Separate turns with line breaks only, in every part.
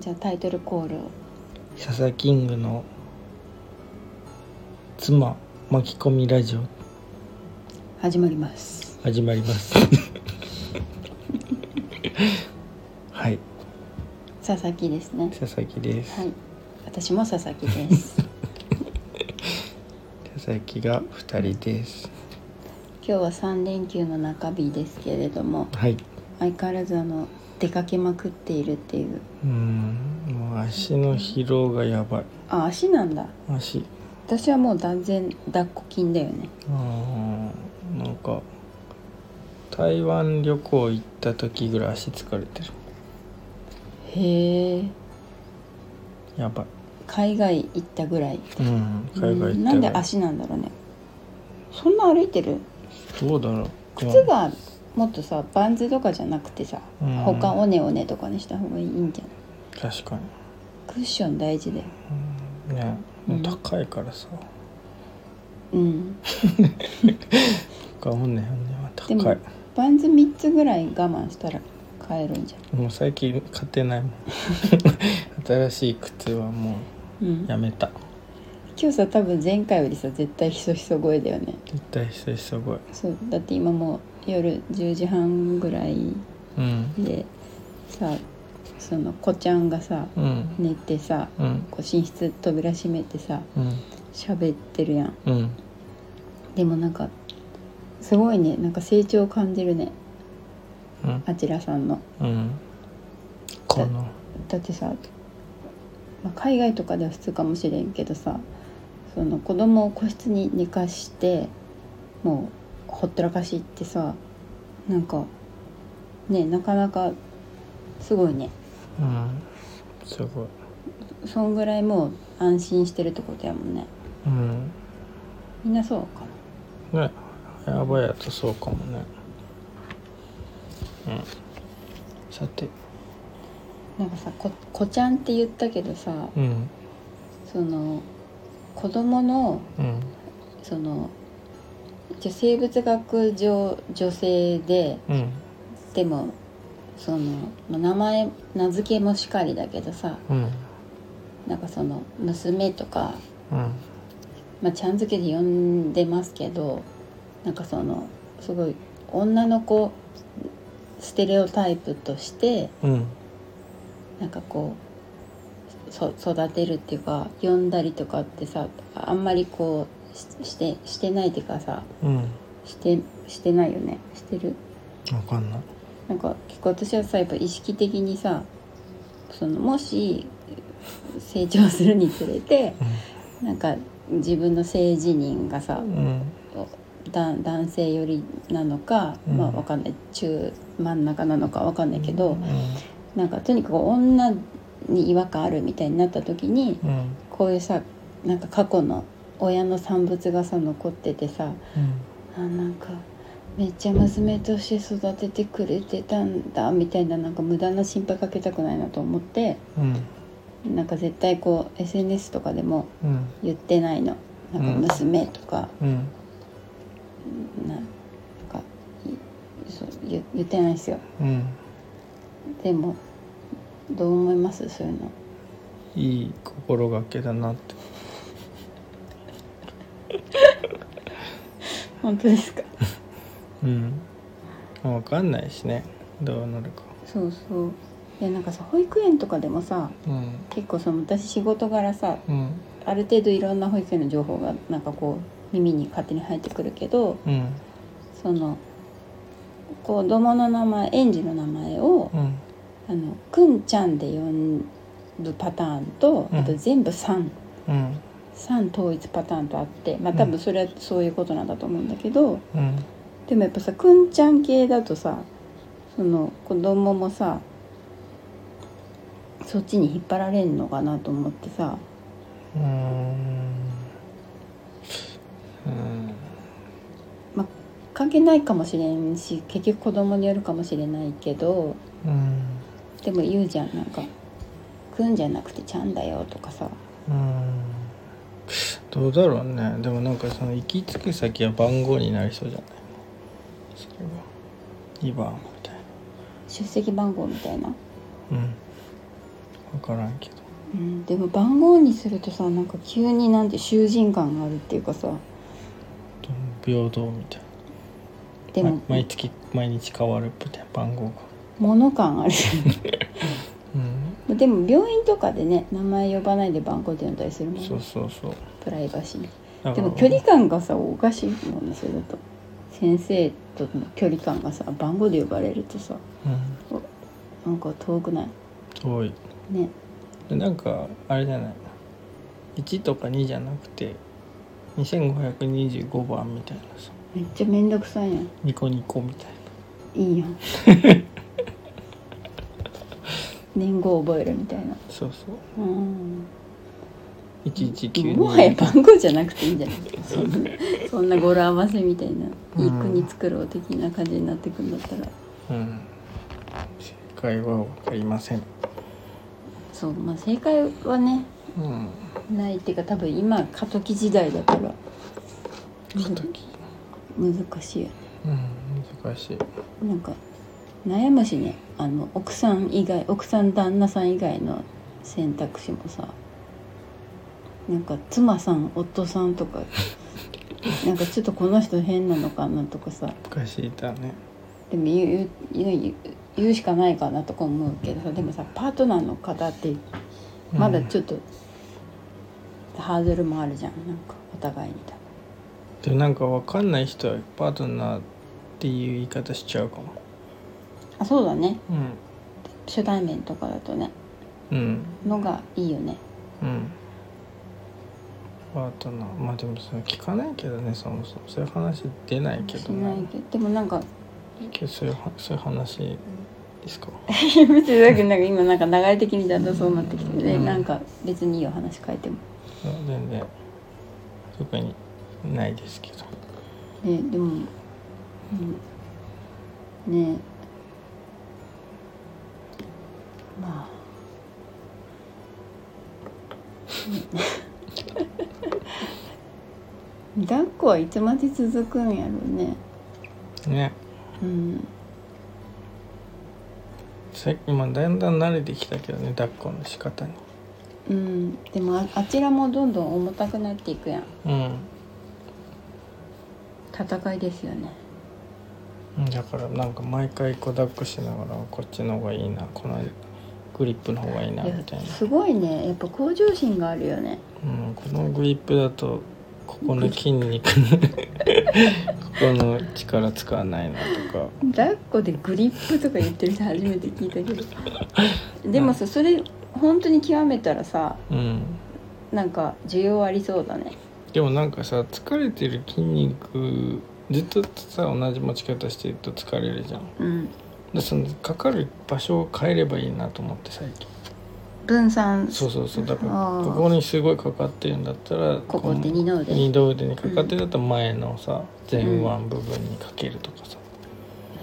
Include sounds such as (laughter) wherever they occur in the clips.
じゃあタイトルコールを
ササキングの妻巻き込みラジオ
始まります
始まります
(laughs)
はい
佐々木ですね
佐々木です、
はい私も佐々木です
(laughs) 佐々木が二人です
今日は3連休の中日ですけれども
はい
相変わらずあの出かけまくっているっていう
うーんもう足の疲労がやばい
あ足なんだ
足
私はもう断然抱っこ筋だよね
うーんなんか台湾旅行行った時ぐらい足疲れてる
へえ
やばい
海外行ったぐらい
うん海
う
外行ったら
んなんで足なんだろうねそんな歩いてる
どうだろう
靴がもっとさバンズとかじゃなくてさ
うん
他おねおねとかにした方がいいんじゃない
確か
クッション大事だよ
にねもう高いからさ、
うん
がおんねんねは高
で
い
もバンズ3つぐらい我慢したら買えるんじゃ
もう最近買っ
(laughs)
てないもん新しい靴はも
ん、うん
う、やめた
今日さ多分前回よりさ絶対ひそひそ声だよね
絶対久々すごい
そうだって今もう夜10時半ぐらい
うん
でさその子ちゃんがさ
うん
寝てさ
うん
こう寝室扉閉めてさ
うん
喋ってるやん
うん
でもなんかすごいねなんか成長を感じるね
うん
あちらさんの
うんこの
だってさ、まあ海外とかでは普通かもしれんけどさその子供を個室に寝かしてもうほったらかしってさなんかねなかなかすごいね
うんすごい
そんぐらいもう安心してるってことやもんね
うん
みんなそうかな
ねやばいやつそうかもねうんさて
なんかさこ子ちゃんって言ったけどさ
うん
その子供の
うん
その一応生物学上女性で
うん
でもそのまあ名前名付けもしかりだけどさ
うん
なんかその娘とか、
うん
まあ、ちゃん付けで呼んでますけどなんかそのすごい女の子ステレオタイプとして
うん
なんかこうそ育てるっていうか呼んだりとかってさあんまりこうししてしてないっていうかさ
うん
してしてないよねしてる
わかんない
なんか結構私はさやっぱ意識的にさそのもし成長するにつれてなんか自分の性自認がさ
うん
だ男性寄りなのか、
うん
まあわかんない中真ん中なのかわかんないけど、
う
なんかとにかく女に違和感あるみたいになった時に
んうん
こういうさなんか過去の親の産物がさ残っててさ、
うん
あなんかめっちゃ娘として育ててくれてたんだみたいななんか無駄な心配かけたくないなと思って
うん
なんか絶対こう SNS とかでも
うん
言ってないのなんか娘とか、
うん
ななんかいそう言言ってないですよ
うん
でもどう思いますそういうの
いい心がけだなって
本当ですか
うんわかんないしねどうなるか
そうそういやなんかさ保育園とかでもさ
うん
結構その私仕事柄さ
うん
ある程度いろんな保育園の情報がなんかこう耳に勝手に入ってくるけど
うん
その子供の名前園児の名前を
うん
あのくんちゃんで呼ぶパターンと
うん
あと全部さん
うん
さん統一パターンとあってまあ
うん
多分それはそういうことなんだと思うんだけど、
うん
でもやっぱさくんちゃん系だとさその子供もさそっちに引っ張られんのかなと思ってさ
うーんうん
関係ないかもしれんし結局子供によるかもしれないけど
うん
でも言うじゃんなんか「くんじゃなくてちゃんだよ」とかさ
うんどうだろうねでもなんかその行き着く先は番号になりそうじゃないそれは2番みたいな
出席番号みたいな
うん分からんけど
うん、でも番号にするとさなんか急になんて囚人感があるっていうかさ
平等みたい
で
な
も
ま毎月毎日変わるみたいな番号が
物感ある (laughs)
うん
でも病院とかでね名前呼ばないで番号って呼んだりするもんね
そうそうそう
プライバシー
だ
でも距離感がさおかしいもんねそれだと先生との距離感がさ番号で呼ばれるとさ
うん
なんか遠くない
遠い
ね
でなんかあれじゃない1とか2じゃなくて2525番みたいなさ
めっちゃめんどくさいやん
ニコニコみたい
いいやん
(laughs)
年号覚えるみたいな
なそうそう
うん
1192
もはや番号じゃなくていいんじゃないそんなそんな語呂合わせみたいないい国作ろう的な感じになってくんだったら
うん正解は分かりません
そうまあ正解はね
うん
ないっていうか多分今過渡期時代だから
過渡期
難しいよね
うん難しい
なんか悩むしねあの奥さん以外奥さん旦那さん以外の選択肢もさなんか妻さん夫さんとか (laughs) なんかちょっとこの人変なのかなとかさ
難しいだね
でも言う言う言う言うしかないかなとか思うけどさでもさパートナーの方ってまだちょっと、ハードルもあるじゃんなんかお互いに多
でもなんか分かんない人はパートナーっていう言い方しちゃうかも
分あそうだね
うん
初対面とかだとね
うん
のがいいよね
うんパートナーまあでもそれ聞かないけどねそもそもそういう話出ないけ
し
ど
ない
ね
けどでもなんか
けどそういうはそういう話です (laughs) か
別にだけどなんか今なんか流れ的にだんだんそうなってきてね
うん
なんか別にいいよ話変えても、
いや全然特にないですけど
ね、でも、うん、ねまあね (laughs) 抱っこはいつまで続くんやろうね
ね
うん
最近まあだんだん慣れてきたけどね抱っこの仕方に
うんでもああちらもどんどん重たくなっていくやん
うん
戦いですよね
だからなんか毎回こう抱っこしながらこっちの方がいいなこのグリップの方がいいない
や
みたいな、
すごいねやっぱ向上心があるよね
うん、このグリップだとここの筋肉の (laughs) ここの力使わないなとか
抱っこでグリップとか言ってる人初めて聞いたけ (laughs) どでもさそれ本当に極めたらさ
うん
なんか需要ありそうだね
でもなんかさ疲れてる筋肉ずっとさ同じ持ち方してると疲れるじゃん
うん
でそのかかる場所を変えればいいなと思って最近
分散
そうそうそうだから
あー
ここにすごいかかってるんだったら
ここって二の腕
二の腕にかかってるんだったら前のさ前腕部分にかけるとかさ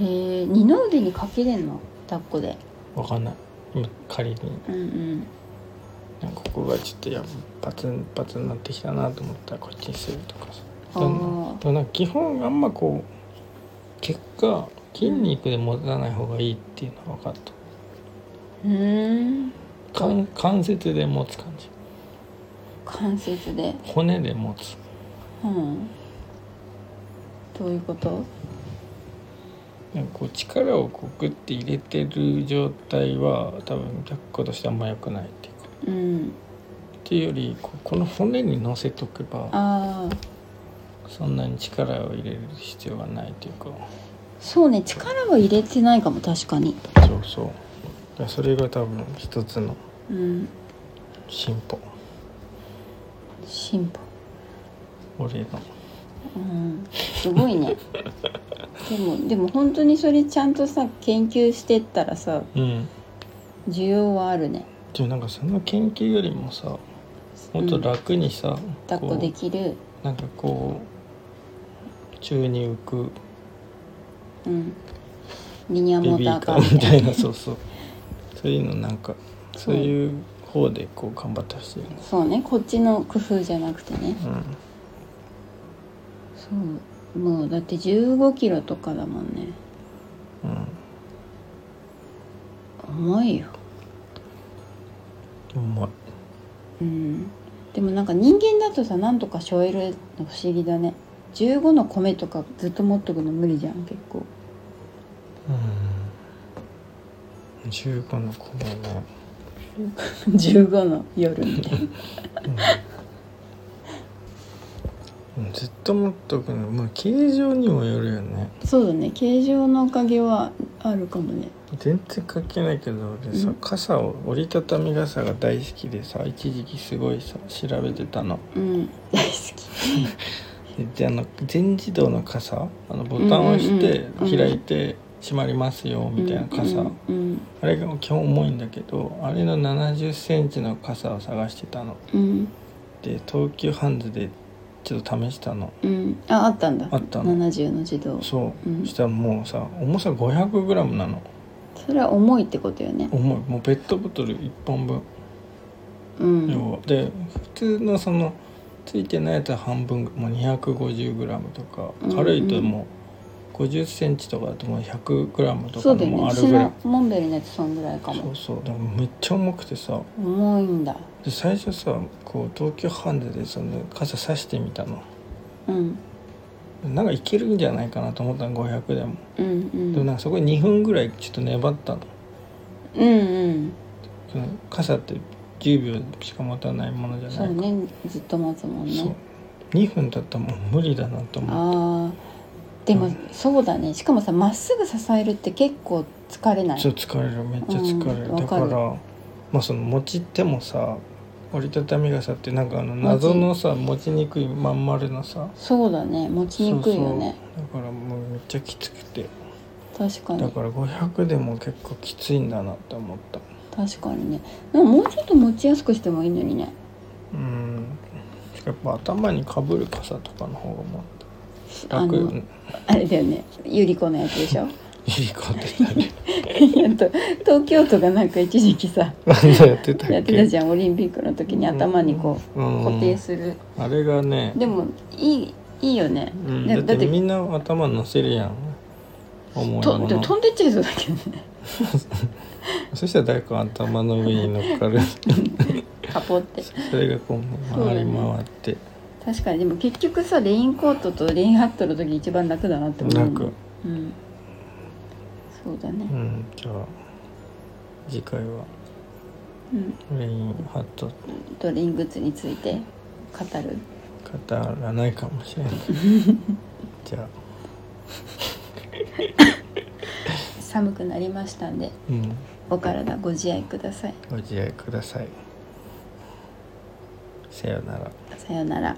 へえ二の腕にかけれんの抱っこで
わかんない今仮に
うんうん
なんかここがちょっとやっぱパツンパツンなってきたなと思ったらこっちにするとかさ
あ
どんな
ー
でもなんか基本あんまこう結果筋肉で持たない方がいいっていうのは分かった
うーん
関関節で持つ感じ
関節で
骨で持つ
うんどういうこと
なんかこう力をこうグッて入れてる状態は多分抱っことしてあんま良くないっていうか
うん
っていうよりこうこの骨に乗せとけば
ああ
そんなに力を入れる必要がないっていうか
そうね力は入れてないかも確かに
そうそうだからそれが多分一つの
うん
進歩
進歩
俺の
うんすごいねでもでも本当にそれちゃんとさ研究してったらさ
うん
需要はあるね
でもなんかその研究よりもさもっと楽にさ、
抱っこできる
なんかこう宙に浮く
うんリニア
ベ
モ
ビ
ー
ー
ター
カ
カ
ー
ー
み
み
た
た
い
い
な
な
そうそうそういうのなんかそういう方でこう頑張ってほしいよね
そうねこっちの工夫じゃなくてね
うん
そうもうだって1 5キロとかだもんね
うん
重いよ
うまい
うんでもなんか人間だとさなんとかしょえるの不思議だね15の米とかずっと持っとくの無理じゃん結構
うん15の子もね、
15の夜みたいな
うん、ずっと持っとくのまあ形状にもよるよね
そうだね形状のおかげはあるかもね
全然書けないけど俺さ、
うん
傘を折りたたみ傘が大好きでさ一時期すごいさ調べてたの
うん大好き
であの全自動の傘あのボタンを押して
うんうんうん
開いて閉まりますよみたいな傘、
うんうん
あれが基本重いんだけどあれの7 0ンチの傘を探してたの
うん、
で東急ハンズでちょっと試したの
うんうんああったんだ
あったの
70の自動そ
そう、
うん
したらもうさ重さ 500g なの
れは重いってことよね
重いもうペットボトル1本分
うん
要はで普通のそのついてないやつは半分もう 250g とか
うんうん
軽いともう5 0ンチとかだともう 100g と
そ
か
うだ
の
よね
もある
私
ぐらい
のモンベルのやつそんぐらいか
そ
も
うそうでもめっちゃ重くてさ
重いんだ
で最初さこう東京ハンズでその傘さしてみたの
うん
なんかいけるんじゃないかなと思ったの500でも
うん
で
う
も
ん
なんかそこに2分ぐらいちょっと粘ったの
うん
その傘って10秒しか持たないものじ
う
ゃ
ん
ない
そうねずっと待つもん
そう
ね
2分だったらもう無理だなと思
あ
う
ーでも、
うん
そうだねしかもさまっすぐ支えるって結構疲れない
そう疲れるめっちゃ疲れる、
うん
だ
わ
か
からる
まあその持ち手もさ折りたたみ傘ってなんかあの謎のさ持ちにくいまん丸のさ
そうだね持ちにくいよね
そうそうだからもうめっちゃきつくて
確か
だ
に
から500でも結構きついんだなって思った
確かにねでももうちょっと持ちやすくしてもいいのにね
うんしかもやっぱ頭にかぶる傘とかの方がもう
あ
楽よ
の
ね
あれだよねゆり子のやつでしょ (laughs)
いりこってなる
いやと東京都がなんか一時期さ
なんでやってたっけ
やってたじゃんオリンピックの時に頭にこう
うん
固定する
あれがね
でもいいいいよね、
うん、
ね
だってみんな頭乗せるやん重い
と
も
でも
の
飛んでっちゃいそうだけどね
そしたら誰か頭の上に乗っ
(laughs)
かる
カポって
それがこう
そうだね
回り回って
確かにでも結局さレインコートとレインハットの時一番楽だなって思う
楽
うんそうだ
う
ね
んじゃあ次回は
うん
レインハット
とレイングッズについて語る
語らないかもしれない (laughs) じゃあ
寒くなりましたんで
うん
お体ご自愛ください
ご自愛くださいさようなら
さようなら